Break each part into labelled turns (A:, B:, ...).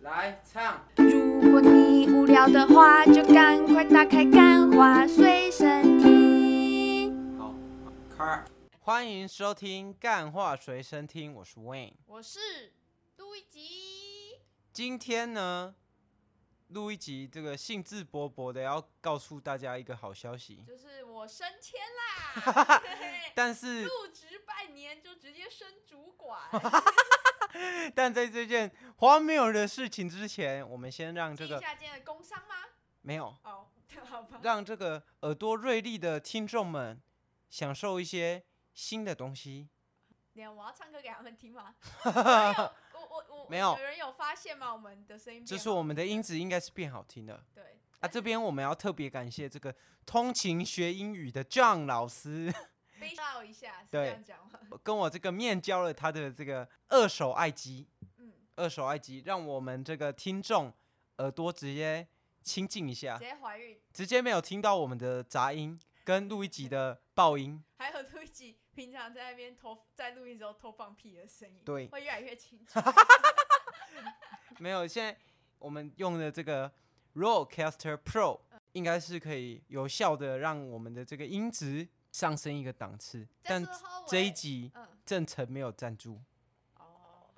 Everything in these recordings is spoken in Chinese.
A: 来唱，
B: 如果你无聊的话，就赶快打开《干花随身听》。
A: 好，开。欢迎收听《干话随身听》，我是 Wayne。
C: 我是杜一吉，
A: 今天呢，录一集这个兴致勃勃的要告诉大家一个好消息，
C: 就是我升迁啦， 嘿嘿
A: 但是
C: 入职半年就直接升主管，
A: 但在这件荒谬的事情之前，我们先让这
C: 听一
A: 个
C: 下今天的工 商吗？
A: 没有
C: 哦， 好吧，
A: 让这个耳朵锐利的听众们享受一些新的东西。
C: 等一下我要唱歌给他们听吗？没有，我 我我
A: 没有
C: 有人有发现吗？我们的声音
A: 这
C: 变
A: 是
C: 好
A: 我们的音质应该是变好听了
C: 对，
A: 啊！这边我们要特别感谢这个通勤学英语的 John 老师，
C: 悲笑一下是
A: 对
C: 这样讲吗？
A: 跟我这个面交了他的这个二手爱机，
C: 嗯，
A: 二手爱机让我们这个听众耳朵直接亲近一下
C: 直，接怀孕，
A: 直接没有听到我们的杂音跟录一集的爆音。
C: 还有杜一吉平常在那边偷在录音的时候偷放屁的声音，
A: 对
C: 会越来越清楚。
A: 没有，现在我们用的这个 Rodecaster Pro 应该是可以有效的让我们的这个音质上升一个档次。 但
C: 时候
A: 这
C: 我
A: 一
C: 也
A: 集
C: 嗯
A: 正成没有赞助
C: 哦。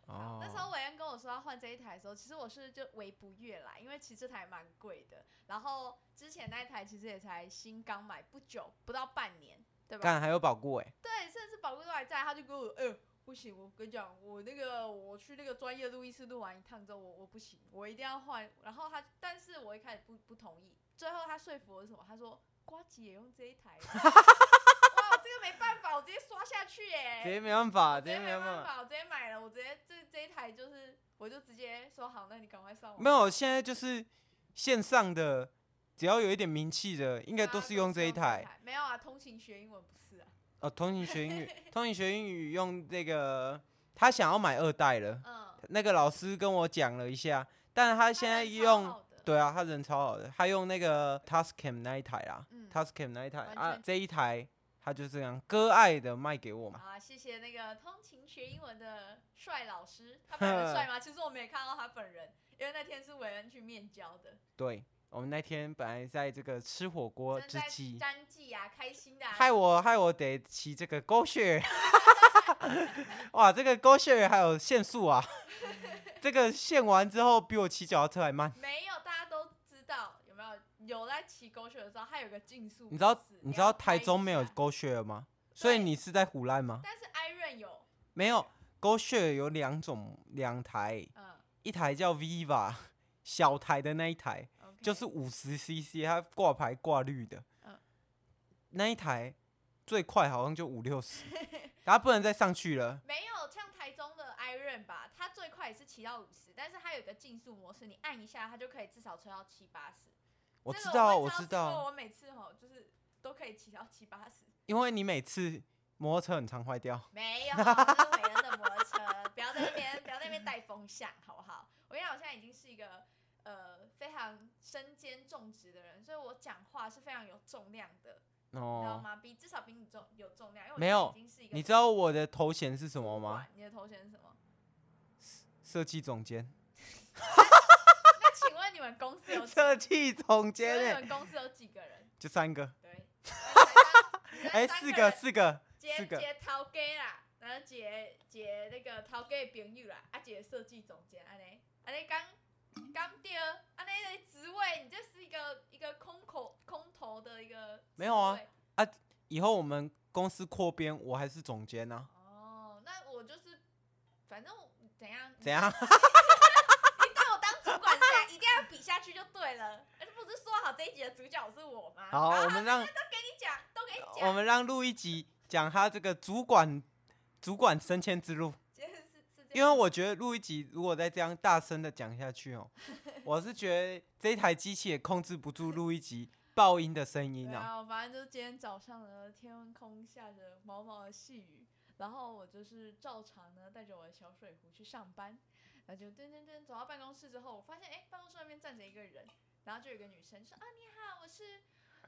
A: 哦
C: 那时候伟恩跟我说要换这一台的时候，其实我是就微不悦来，因为其实这台蛮贵的。然后之前那一台其实也才新刚买不久，不到半年，对吧？
A: 干还有保固哎、
C: 对，甚至宝贵都还在，他就跟我，哎、不行，我跟你讲，我那个我去那个专业录音室录完一趟之后，我我不行，我一定要换。然后他，但是我一开始不不同意，最后他说服我是什么？他说瓜吉也用这一台。 哇，我这个没办法，我直接刷下去哎、
A: 直接没办法，直
C: 直接
A: 接
C: 没
A: 没
C: 办
A: 办法。
C: 法，我直接买了，我直接这这一台就是，我就直接说好，那你赶快上网。
A: 没有，现在就是线上的，只要有一点名气的，应
C: 应
A: 该都是用这一台。。
C: 没有啊，通勤学英文不是啊。
A: 哦，通勤学 英语，通勤学英语用这个，他想要买二代了。
C: 嗯，
A: 那个老师跟我讲了一下，但是他现在用
C: 对，
A: 对啊，他人超好的，他用那个 Tascam 那一台啦、
C: 嗯
A: t a s c a m 那一台
C: 完
A: 啊
C: 全，
A: 这一台他就这样割爱的卖给我嘛。
C: 好啊，谢谢那个通勤学英文的帅老师，他本 人帅吗？其实我没看到他本人，因为那天是韦恩去面交的，
A: 对，我们那天本来在这个吃火锅
C: 正
A: 之
C: 在
A: 际，
C: 单季啊，开心的、啊。
A: 害我害我得骑这个狗血， 哇，这个狗血还有限速啊，这个限完之后比我骑脚踏车还慢。
C: 没有，大家都知道有没有？有在骑狗血的时候，他有个竞速模式，
A: 你知道
C: 要
A: 你知道
C: 拍
A: 台
C: 一
A: 中没有
C: 下
A: 狗血吗？所以
C: 对
A: 你是在胡乱吗？
C: 但是 Iron 有，
A: 没有，狗血有两种两台，
C: 嗯
A: 一台叫 Viva 小台的那一台，
C: ，OK，
A: 就是五十 CC，它挂牌挂绿的，
C: 嗯
A: 那一台最快好像就五六十， 它不能再上去了。
C: 没有像台中的 Iron 吧，它最快也是骑到五十，但是它有一个竞速模式，你按一下它就可以至少吹到七八十。
A: 我
C: 这
A: 知
C: 个
A: 道，
C: 我
A: 我
C: 会
A: 知
C: 超过
A: 道，
C: 我每次吼就是都可以骑到七八十，
A: 因为你每次摩托车很常坏掉，
C: 没有，这是伟人的摩托 车，不要在那边不要在那边带风向，好不好？我跟你讲，我现在已经是一个呃非常身兼重职的人，所以我讲话是非常有重量的，你知道
A: 哦，
C: 吗？比至少比你重有重量，因为我
A: 没有
C: 现在已经是一个
A: 你知道我的头衔是什么
C: 主
A: 吗
C: 管？？你的头衔是什么？
A: 设计总监，
C: 那请问你们公 司有
A: 设计总
C: 请
A: 监
C: 问你
A: 欸
C: 们公司有几个人？
A: 就三个，
C: 对，
A: 哎，四个，四个，四
C: 杰
A: 个，
C: 杰陶给啦，然后杰杰那个陶给的朋友啦，啊杰设计总监安尼，安尼刚刚对，安尼的职位，你这是一个一个空口空头的一个职位
A: 没有啊。以后我们公司扩编，我还是总监啊呢、
C: 哦，那我就是，反正我怎样
A: 怎？样？
C: 你当我当主管这 样，一定要比下去就对了。而且不是说好这一集的主角是我吗？
A: 好，我们让
C: 都给你讲，都给你讲。
A: 我们让录一集讲他这个主管主管升迁之路，
C: 今天是是这
A: 因为
C: 样。
A: 我觉得录一集如果再这样大声的讲下去 哦，我是觉得这一台机器也控制不住录一集爆音的声音
C: 对
A: 啊。
C: 啊，我反正就是今天早上呢，天空下着毛毛的细雨，然后我就是照常呢带着我的小水壶去上班，然后就噔噔噔走到办公室之后，我发现哎，办公室外面站着一个人，然后就有一个女生说啊你好，我是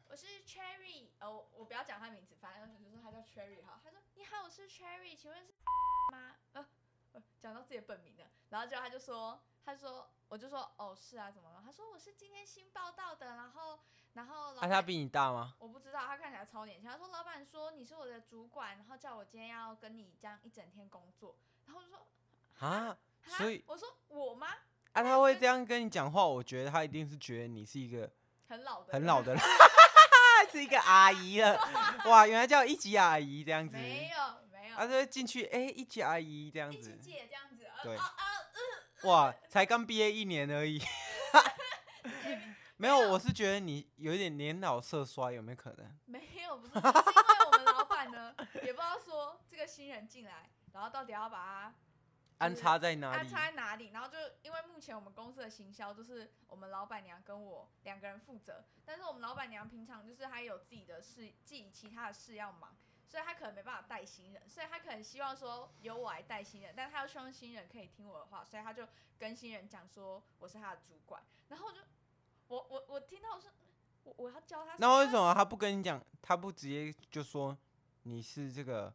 C: 我是 Cherry，呃我我不要讲她名字，反正就说她叫 Cherry 哈，她说你好， 我是 Cherry，请问是吗？呃，呃讲到自己的本名了，然后之后她就说。他说，我就说哦是啊，怎么了？他说我是今天新报道的，然后然后老
A: 啊，
C: 板、
A: 他比你大吗？
C: 我不知道，他看起来超年轻。他说老板说你是我的主管，然后叫我今天要跟你这样一整天工作，然后我就说
A: 啊，
C: 哈
A: 所以
C: 我说我吗？
A: 啊，
C: 那
A: 他
C: 我
A: 会
C: 就
A: 这样跟你讲话，我觉得他一定是觉得你是一个
C: 很老的，
A: 很老的人， 是一个阿姨了。哇，原来叫一级阿姨这样子，
C: 没有没有，
A: 啊，就会进去，哎、一级阿姨这样
C: 一起
A: 子，
C: 借这样子，呃
A: 对
C: 啊啊，
A: 哇，才刚毕业一年而 已。没有，
C: 没有
A: 我是觉得你有一点年老色衰，有没有可能？
C: 没有， 不是，是因为我们老板呢也不知道说这个新人进来，然后到底要把
A: 安
C: 是
A: 插在
C: 他
A: 哪
C: 安
A: 里？
C: 插在哪里，然后就因为目前我们公司的行销就是我们老板娘跟我两个人负责，但是我们老板娘平常就是她有自己的事，自己其他的事要忙。所以她可能没办法带新人，所以她可能希望说由我来带新人，但她又希望新人可以听我的话，所以她就跟新人讲说我是她的主管，然后我就我我我听到我说我我要教他，
A: 那为什么他不跟你讲？他不直接就说你是这个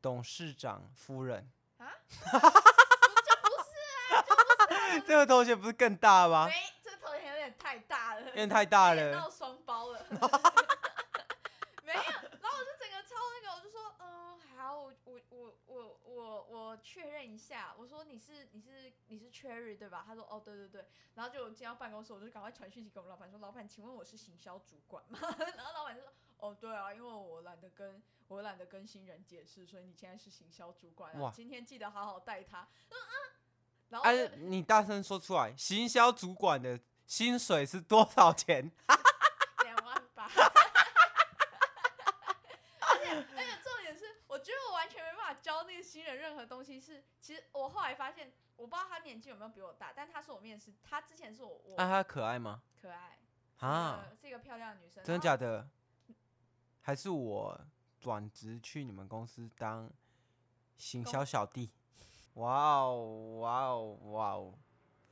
A: 董事长夫人？ 这个头衔不是更大吗？
C: 没，这头衔有点太大了，
A: 有点太大
C: 有点
A: 了
C: 到。双包 了。没有，然后我就整个超那个，我就说，嗯、好，我我我我我我确认一下，我说你是你是你是 Cherry 对吧？他说哦对对对，然后就我进到办公室，我就赶快传讯息给我们老板说，老板，请问我是行销主管吗？ 然后老板就说，哦对啊，因为我懒得跟我懒得跟新人解释，所以你现在是行销主管、啊
A: 哇，
C: 今天记得好好带他。嗯嗯，然后
A: 哎、
C: 我就、
A: 你大声说出来，行销主管的薪水是多少钱？
C: 两万八。而且而且重点是，我觉得我完全没办法教那个新人任何东西是。其实我后来发现，我不知道他年纪有没有比我大，但他是我面试，他之前是我我
A: 啊，她可爱吗？
C: 可爱呃
A: 啊，，
C: 是一个是一个漂亮的女生。
A: 真的
C: 然后
A: 假的？还是我转职去你们公司当行
C: 公
A: 销小弟？哇哦哇哦哇哦！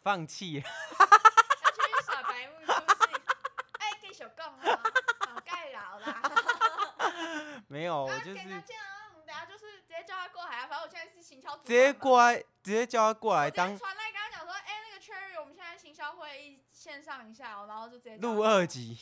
A: 放弃了，
C: 要去耍白目是不是？哎，继续讲啊，好盖老啦。
A: 没有，哦我
C: 啊，
A: 就
C: 给他
A: 是
C: 这样啊，我们等下就是直接叫他过来啊。反正我现在是行销主管嘛。
A: 直接过来，直接叫他过
C: 我
A: 来
C: 直接
A: 当
C: 传来跟他讲说，哎、那个 Cherry，我们现在行销会议线上一下哦、然后就直接叫
A: 录
C: 他
A: 二集，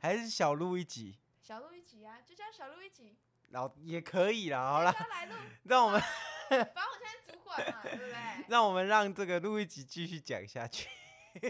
A: 还是小录一集，
C: 小鹿一起啊，就叫小鹿一起，
A: 然后也可以啦。好啦，
C: 叫来录。
A: 让我们
C: 反正我现在主管 嘛，对不对？
A: 让我们让这个录一集继续讲下去。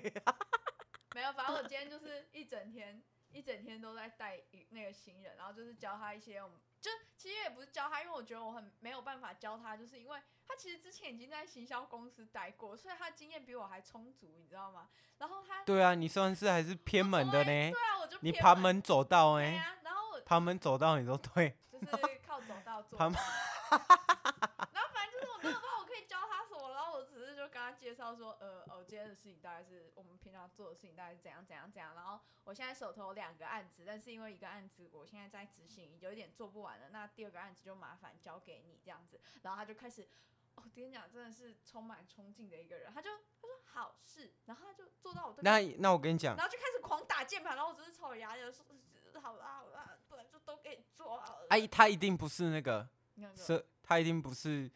C: 没有，反正我今天就是一整天，一整天都在带一那个新人，然后就是教他一些我们。就其实也不是教他，因为我觉得我很没有办法教他，就是因为他其实之前已经在行销公司待过，所以他经验比我还充足，你知道吗？然后他
A: 对啊，你算是还是偏
C: 我
A: 门的
C: 从来
A: 呢
C: 对，啊，我就
A: 你
C: 偏
A: 旁门左道
C: 对
A: 哎，
C: 啊，然后我
A: 旁门左道你都对。
C: 就是靠走道做。
A: 旁
C: 然后反正就是我没有办法，我可以教他什么，然后我只是就跟他介绍说，呃，哦，今天的事情大概是我们平常做的事情大概是怎样怎样怎样，然后我现在手头有两个案子，但是因为一个案子我现在在执行，有一点做不完了，那第二个案子就麻烦交给你这样子，然后他就开始。哦，我跟你讲，真的是充满冲劲的一个人。他就他说好事，然后他就做到我对面
A: 那那我跟你讲
C: 然，后就开始狂打键盘，然后我只是吵牙的说，呃好啦好啦，不然就都给你做好了。
A: 哎、他一定不是那个
C: 你看这个
A: 社，他一定不是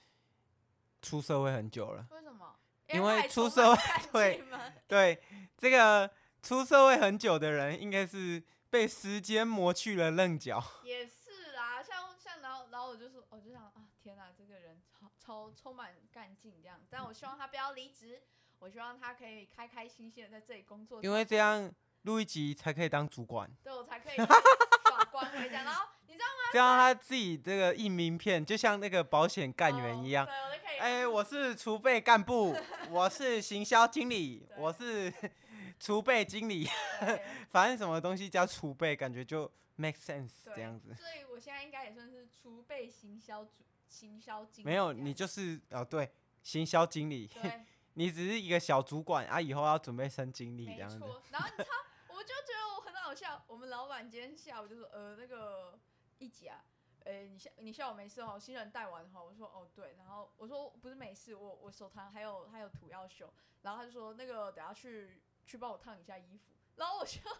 A: 出社会很久了。
C: 为什么？
A: 因
C: 他
A: 为
C: 还
A: 出
C: 充
A: 社
C: 满
A: 会
C: 干
A: 对
C: 劲吗
A: 对，这个出社会很久的人，应该是被时间磨去了棱角。
C: 也是啦，像像然后然后我就说，我就想啊，天哪，这个人超超充满干劲这样，但我希望他不要离职，我希望他可以开开心心的在这里工作，
A: 因为这样录一集才可以当主管，
C: 对我才 可以耍光回家。然后你知道
A: 这样他自己这个印名片，就像那个保险干
C: 哦
A: 员一样。
C: 对我就可以，
A: 哎、我是储备干部，我是行销经理，
C: 对
A: 我是 储备经理，
C: 对
A: 反正什么东西加储备，感觉就 make sense
C: 对
A: 这样子。
C: 所以我现在应该也算是储备行销主行销经理这样，
A: 没有，你就是哦，对，行销经理，
C: 对。
A: 你只是一个小主管啊，以后要准备升经理这样
C: 没
A: 子。
C: 错，然后你知道，我就觉得我很好笑。我们老板今天下午就说，呃，那个一姐啊，呃、你下你下午没事哦，新人带完哈。我说哦对，然后我说不是没事，我我手堂还有还有图要修，然后他就说那个等下去去帮我烫一下衣服，然后我就。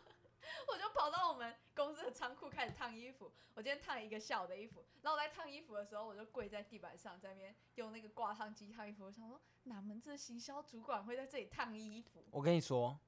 C: 我就跑到我们公司的仓库开始烫衣服。我今天烫一个下午的衣服，然后我在烫衣服的时候，我就跪在地板上，在那边用那个挂烫机烫衣服。我想说，哪门子行销主管会在这里烫衣服？
A: 我跟你说，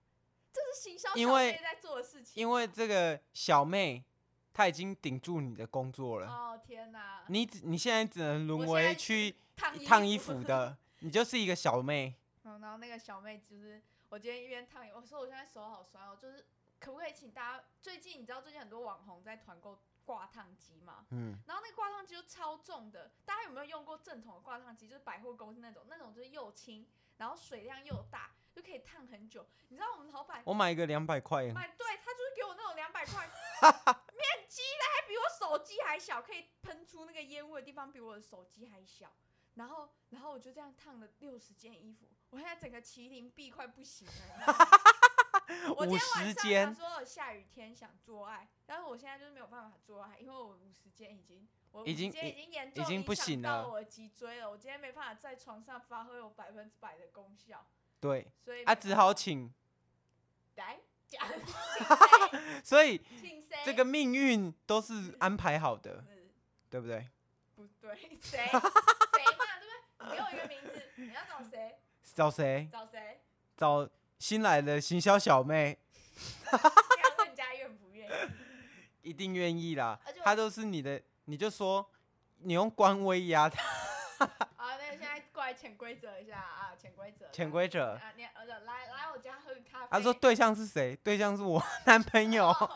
C: 这是行销
A: 因
C: 小
A: 为
C: 妹在做的事情。
A: 因为这个小妹她已经顶住你的工作了，
C: 哦天哪，
A: 你只你现在只能沦
C: 我现在
A: 为
C: 是
A: 去
C: 烫
A: 烫衣服的， 你就是一个小妹。
C: 嗯， 然后那个小妹就是，我今天一边烫，我说我现在手好酸哦，就是可不可以请大家，最近你知道最近很多网红在团购挂烫机吗？
A: 嗯，
C: 然后那个挂烫机就超重的，大家有没有用过正统的挂烫机？就是百货公司那种，那种就是又轻，然后水量又大，就可以烫很久。你知道我们老板
A: 我买一个两百块，
C: 买，哎对他就是给我那种两百块面积的，还比我手机还小，可以喷出那个烟味的地方比我的手机还小。然后，然后我就这样烫了六十件衣服，我现在整个麒麟臂快不行了。我今天
A: 50
C: 晚上想
A: 间
C: 说下雨天想做爱，但是我现在就是没有办法做爱，因为我五十件已经我
A: 已经
C: 50件
A: 已
C: 已经严重
A: 已经
C: 影
A: 不
C: 响
A: 行
C: 到
A: 了
C: 我的脊椎了，我今天没办法在床上发挥我百分之百的功效，
A: 对，
C: 所以
A: 啊，
C: 没
A: 只好请。
C: 来讲，请谁
A: 所以
C: 请谁
A: 这个命运都是安排好的，
C: 是
A: 对不对？
C: 不对，谁谁嘛，对不对？你给我一个名字，你要找谁？
A: 找谁？
C: 找谁？
A: 找新来的行销小妹，
C: 你要问人家愿不愿意？
A: 一定愿意啦
C: 而且。我
A: 她都是你的，你就说你用官威压她，
C: 好，啊那现在过来潜规则一下啊，潜规则，
A: 潜规 则。
C: 啊，你呃来来我家喝个咖啡。
A: 她说对象是谁？对象是我男朋 友，
C: 哦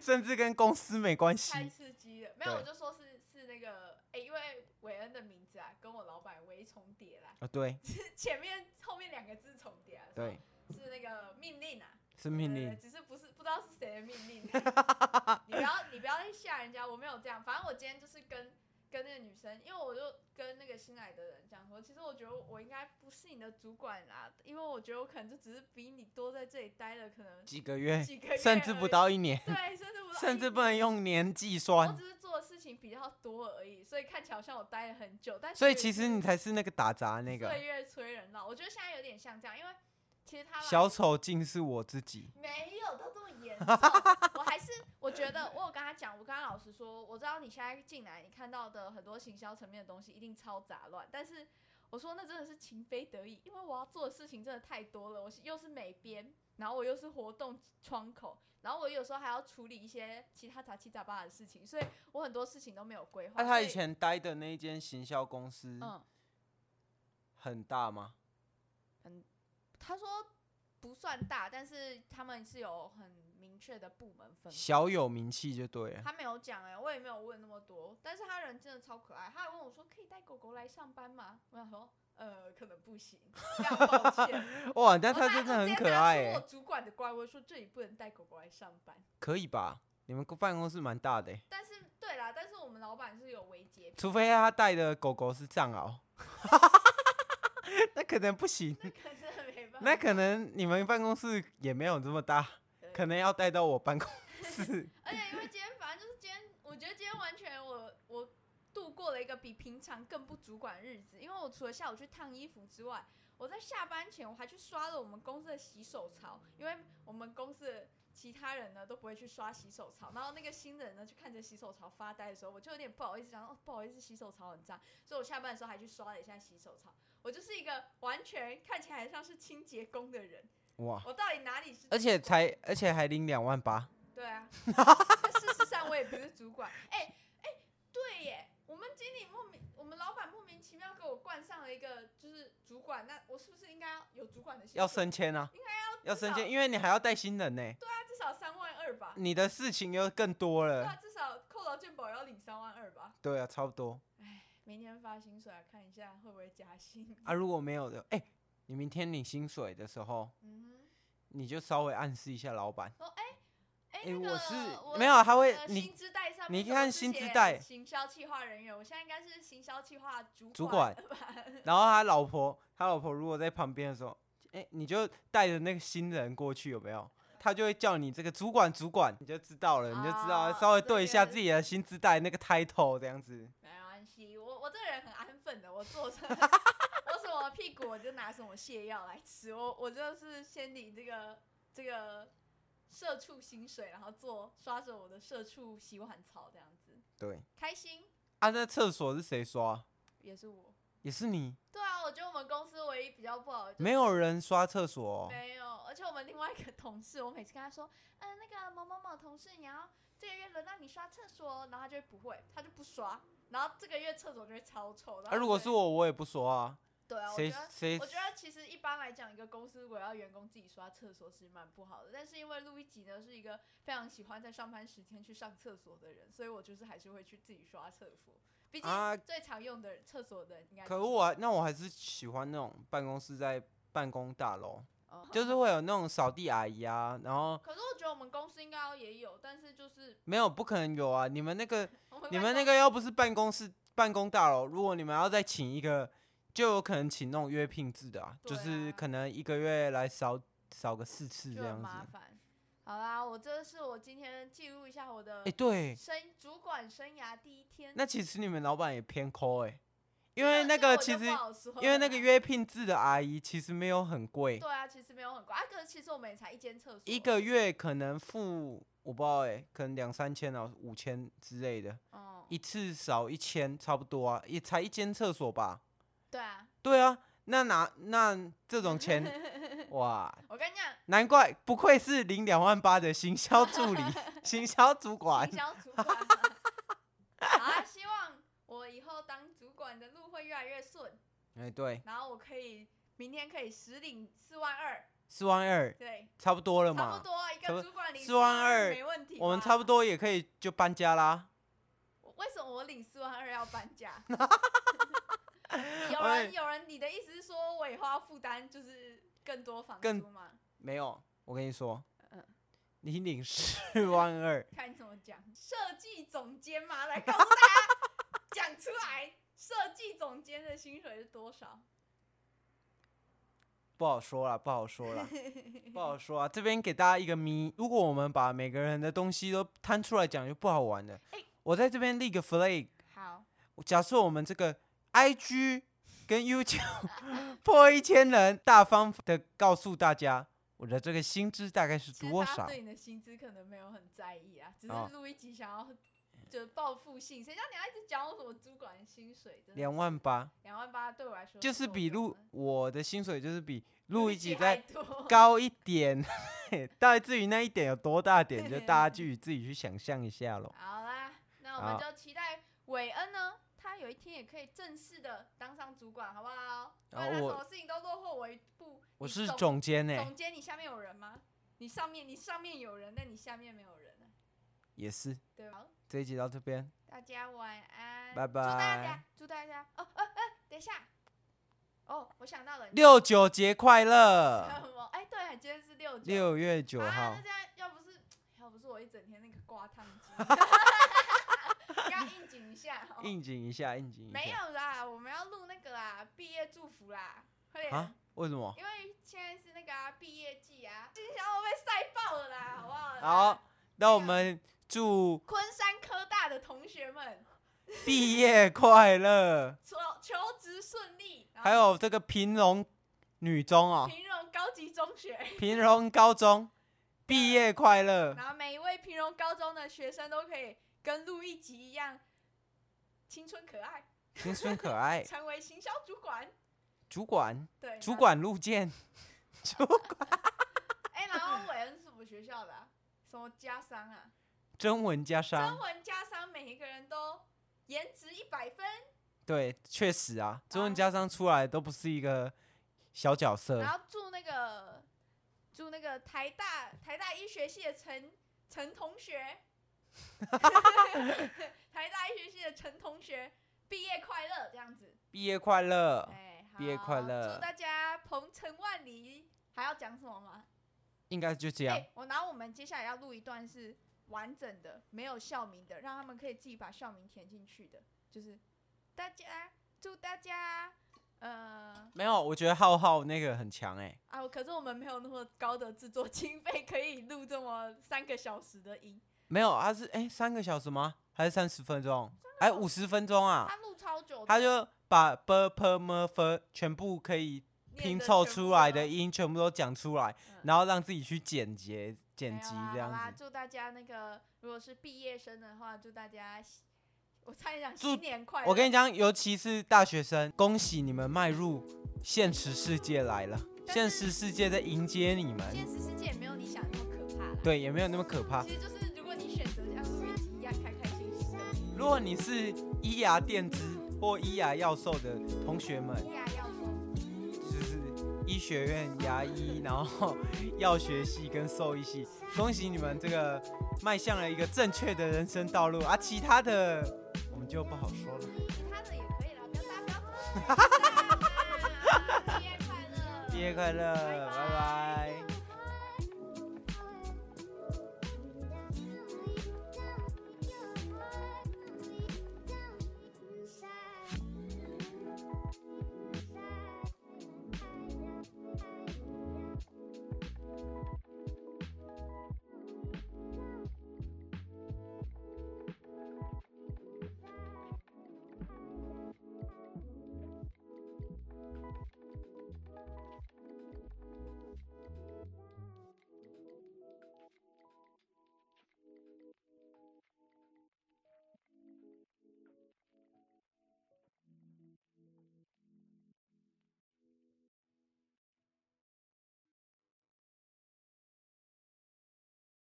A: 甚至跟公司没关
C: 太
A: 系。
C: 刺激了，没有，
A: 对
C: 我就说是是那个，哎，因为韦恩的名字啊，跟我老板韦重叠啦，
A: 啊，对
C: 前面后面两个字重叠啊，
A: 对，，
C: 是那个命令啊，
A: 是命
C: 对对
A: 令
C: 对。只是不是不知道是谁的命 令。你不要你不要再吓人家，我没有这样。反正我今天就是跟跟那个女生，因为我就跟那个新来的人讲说，其实我觉得我应该不是你的主管啦，因为我觉得我可能就只是比你多在这里待了可能
A: 几个月，
C: 几个月，
A: 甚至不，到一年，
C: 对，甚至不到，
A: 甚至不
C: 哎
A: 能用年计
C: 我
A: 算。
C: 只是做的事情比较多而已，所以看起来好像我待了很久，但
A: 所以
C: 是
A: 其实你才是那个打杂那个
C: 岁月催人老，我觉得现在有点像这样，因为其实他来
A: 小丑，竟是我自己。
C: 没有到这么严重，我还是我觉得我有跟他讲，我跟他老实说，我知道你现在进来，你看到的很多行销层面的东西一定超杂乱，但是我说那真的是情非得已，因为我要做的事情真的太多了，我是又是美编，然后我又是活动窗口，然后我有时候还要处理一些其他杂七杂八的事情，所以我很多事情都没有规划。
A: 那啊他以
C: 哦所
A: 前待的那一间行销公司
C: 嗯，
A: 很大吗？
C: 他说不算大，但是他们是有很明确的部门分工。
A: 小有名气就对了。
C: 嗯 他没有讲哎、我也没有问那么多，但是他人真的超可爱。他还问我说：“可以带狗狗来上班吗？”我想说，呃，可能不行，非常抱歉。
A: 哇， 但
C: 然后
A: 他
C: 还
A: 真的
C: 直
A: 很
C: 接
A: 可
C: 拿出
A: 爱
C: 我
A: 哎，
C: 主管的官威说这里不能带狗狗来上班，
A: 可以吧？你们办公室蛮大的欸，
C: 但是对啦，但是我们老板是有微洁癖，
A: 除非他带的狗狗是藏獒， 那可能不行。
C: 那可真的没办法。
A: 那可能你们办公室也没有这么大，
C: 对
A: 可能要带到我办公室。
C: 而且因为今天反正就是今天，我觉得今天完全我我度过了一个比平常更不主管的日子，因为我除了下午去烫衣服之外，我在下班前我还去刷了我们公司的洗手槽，因为我们公司的其他人呢都不会去刷洗手槽，然后那个新人呢就看着洗手槽发呆的时候，我就有点不好意思想说，哦不好意思，洗手槽很脏，所以我下班的时候还去刷了一下洗手槽。我就是一个完全看起来像是清洁工的人，
A: 哇，
C: 我到底哪里是？
A: 而且才而且还领两万八，
C: 对啊，但事实上我也不是主管。哎、哎、对耶，我们经理莫名，我们老板莫名其妙给我冠上了一个就是主管，那我是不是应该要有主管的薪水？
A: 要升迁啊，要升迁，因为你还要带新人呢，
C: 对啊，至少三万二吧。
A: 你的事情又更多
C: 对
A: 了
C: 啊。，至少扣劳健保也要领三万二吧。
A: 对啊，差不多
C: 明天发薪水来看一下会不会加薪。
A: 啊。如果没有的，哎、你明天领薪水的时候，
C: 嗯
A: 你就稍微暗示一下老板。
C: 哼，哦哎哎，
A: 哎
C: 那个
A: 我是
C: 我
A: 没有他会
C: 呃
A: 你
C: 薪资带上面
A: 你
C: 怎么
A: 看
C: 是
A: 薪资
C: 写
A: 带
C: 行销企划人员，我现在应该是行销企划主
A: 主
C: 管
A: 管
C: 了吧。
A: 然后他老婆，他老婆如果在旁边的时候，哎、你就带着那个新人过去，有没有？他就会叫你这个主管，主管，你就知道了，你就知道
C: 啊
A: 了，稍微
C: 这
A: 对一下
C: 个
A: 自己的薪资带那个 title 这样子。
C: 没关系，我我这个人很安分的，我坐着，我什么屁股我就拿什么泻药来吃，我我就是先领这个这个社畜薪水，然后做刷着我的社畜洗碗槽这样子，
A: 对
C: 开心
A: 啊，那厕所是谁刷？
C: 也是我。
A: 也是你，
C: 对啊，我觉得我们公司唯一比较不好的就是
A: 没有人刷厕所、哦。
C: 没有，而且我们另外一个同事，我每次跟他说，嗯、那个某某某同事，你要这个月轮到你刷厕所哦，然后他就会不会，他就不刷，然后这个月厕所就会超臭。然
A: 啊，
C: 后
A: 如果
C: 对
A: 是，我，我也不刷啊。
C: 对啊，我
A: 谁
C: 觉得。
A: 谁
C: 我觉得其实一般来讲，一个公司如果要员工自己刷厕所是蛮不好的。但是因为路易吉呢是一个非常喜欢在上班时间去上厕所的人，所以我就是还是会去自己刷厕所。毕
A: 啊
C: 竟最常用的厕所的人应该
A: 可啊
C: 就是
A: 我还那我还是喜欢那种办公室在办公大楼，
C: 哦
A: 就是会有那种扫地阿姨啊，然后
C: 可是我觉得我们公司应该要也有，但是就是
A: 没有不可能有啊，你们那个
C: 我们
A: 你
C: 办
A: 们那
C: 公
A: 个要不是办公室办公大楼，如果你们要再请一个，就有可能请那种约聘制的啊，就
C: 对
A: 是
C: 啊
A: 可能一个月来扫扫个四次这
C: 就很
A: 样
C: 麻
A: 子。
C: 烦。好啦，我这是我今天记录一下我的
A: 哎、对，
C: 生主管生涯第一天。
A: 那其实你们老板也偏抠哎、因
C: 这
A: 为那
C: 这啊我
A: 个
C: 就
A: 其
C: 不
A: 实
C: 好说
A: 因为那
C: 了
A: 个
C: 啦
A: 约聘制的阿姨其实没有很贵，
C: 对啊，其实没有很贵啊，可是其实我们也才一间厕所，
A: 一个月可能付我不知道哎、可能两三千啊，五千之类的，
C: 哦，
A: 一次少一千差不多啊，也才一间厕所吧？
C: 对啊，
A: 对啊，那拿那这种钱，哇，
C: 我跟你讲，
A: 难怪不愧是领两万八的行销助 理、行销主管
C: 营。销主管啊，好啊，希望我以后当主管的路会越来越顺，
A: 哎、对，
C: 然后我可以明天可以实领四万二，
A: 四万二
C: 对，
A: 差不多了
C: 差不
A: 嘛，
C: 多一
A: 差不
C: 个主管领
A: 四万
C: 二
A: 二
C: 没问题吧，
A: 我们差不多也可以就搬家啦。
C: 我为什么我领四万二要搬 家？有
A: 哎
C: 人有人，你的意思是说我以后要负担就是更多房
A: 更
C: 租吗？
A: 没有，我跟你说
C: 嗯，
A: 你领四万二，
C: 看你怎么讲，设计总监嘛，来告诉大家，讲出来，设计总监的薪水是多少？
A: 不好说了，不好说 了，不好说啊。这边给大家一个谜，如果我们把每个人的东西都摊出来讲，就不好玩了。
C: 哎
A: 我在这边立个 flag，
C: 好，
A: 假设我们这个 IG 跟 YouTube 破一千人，大方的告诉大家我的这个薪资大概是
C: 其实
A: 多
C: 大家
A: 少。
C: 对你的薪资可能没有很在意啊，只
A: 哦
C: 是录一集想要就是报复性，谁叫你要一直讲我什么主管薪水？真的
A: 两
C: 是
A: 万八，
C: 两万八对我来说
A: 就是比
C: 录
A: 录我的薪水就是比录一集
C: 还
A: 在
C: 多。
A: 高一点，到底至于那一点有多大点，就大家 自己自己去想象一下咯。
C: 好啦，那我们
A: 好
C: 就期待韦恩呢，他有一天也可以正式的当上主管，好不好？不
A: 然后
C: 然他什
A: 啊我
C: 么事情都落后我一步。
A: 我
C: 你
A: 是
C: 总
A: 总监呢、
C: 总监，你下面有人吗？你上面你上面有人，但你下面没有人啊，
A: 也是
C: 对吧？好
A: 这一集到这边，
C: 大家晚安，
A: 拜
C: 祝大
A: 拜
C: 家，祝大家哦哦哦，等一下，哦，我想到了，
A: 六九节快
C: 什
A: 乐，
C: 么？哎，对，今天是六九
A: 六月九
C: 啊
A: 号，
C: 那，这样要不是要不是我一整天那个挂 烫机，要应景一下、哦。
A: 应景一下，应景一
C: 没
A: 下。
C: 有啦，我们要录那个啦，毕业祝福啦，快点！
A: 啊？为什么？
C: 因为现在是那个啊毕、业季啊，金小我被晒爆了啦，好不好？
A: 好，，那我们祝
C: 昆山科大的同学们，
A: 毕业快乐，
C: 求求职顺利，然后
A: 还有这个平荣女中哦，
C: 平荣高级 中学，
A: 平荣高中毕业快 乐，
C: 然后每一位平荣高中的学生都可以跟陆一吉一样，青春可爱，
A: 青春可爱，
C: 成为行销主管。
A: 主管，
C: 对，
A: 哎主。管路见， 主
C: 哎、然后韦恩是我们学校的啊、什么家商啊？
A: 征文加
C: 中
A: 商，
C: 文加商每一个人都颜值一百分，
A: 对，确实啊，征文
C: 啊
A: 加商出来都不是一个小角色
C: 然，后祝那个祝那个台大台大医学系的陈陈同 学，台大医学系的陈同学毕业快乐，这样子。
A: 毕业快乐，
C: 哎，
A: 毕业
C: 好
A: 快乐
C: 祝大家鹏程万里。还要讲什么吗？
A: 应该就这
C: 哎、
A: 样。
C: 我拿我们接下来要录一段是完整的，没有校名的，让他们可以自己把校名填进去的，就是大家祝大家，呃。
A: 没有，我觉得浩浩那个很强哎、
C: 啊，可是我们没有那么高的制作经费， 可以录这么三个小时的音。
A: 没有，他是哎、三个小时吗？还是三十分钟？哎，五十分钟啊
C: 他，录超久的，
A: 他就把 b p m f 全部可以
C: 念得
A: 拼凑
C: 全
A: 出
C: 部
A: 来
C: 都
A: 的音全部都讲出来
C: 嗯，
A: 然后让自己去剪辑剪
C: 没有
A: 辑
C: 啦
A: 这
C: 好啦，
A: 样子。
C: 祝大家那个如果是毕业生的话，祝大家喜，我差点讲
A: 祝
C: 新年快乐。
A: 我跟你讲，尤其是大学生，恭喜你们迈入现实世界来了，
C: 但
A: 现
C: 是
A: 实世界在迎接你们。
C: 现实世界也没有你想的那么可怕啦。
A: 对，啊也没有那么可怕。
C: 其实就是如果你选择像水吉一样开开心心的，
A: 如果你是医牙电子或 E 医牙药兽的同学们，
C: 依然要说
A: 就是医学院牙医，然后药学系跟兽医系，恭喜你们这个迈向了一个正确的人生道路啊！其他的我们就不好说了。
C: 其他的也可以啦，不要大哦 家不要对啊毕业快乐，
A: 毕业快乐，
C: 拜拜
A: 拜拜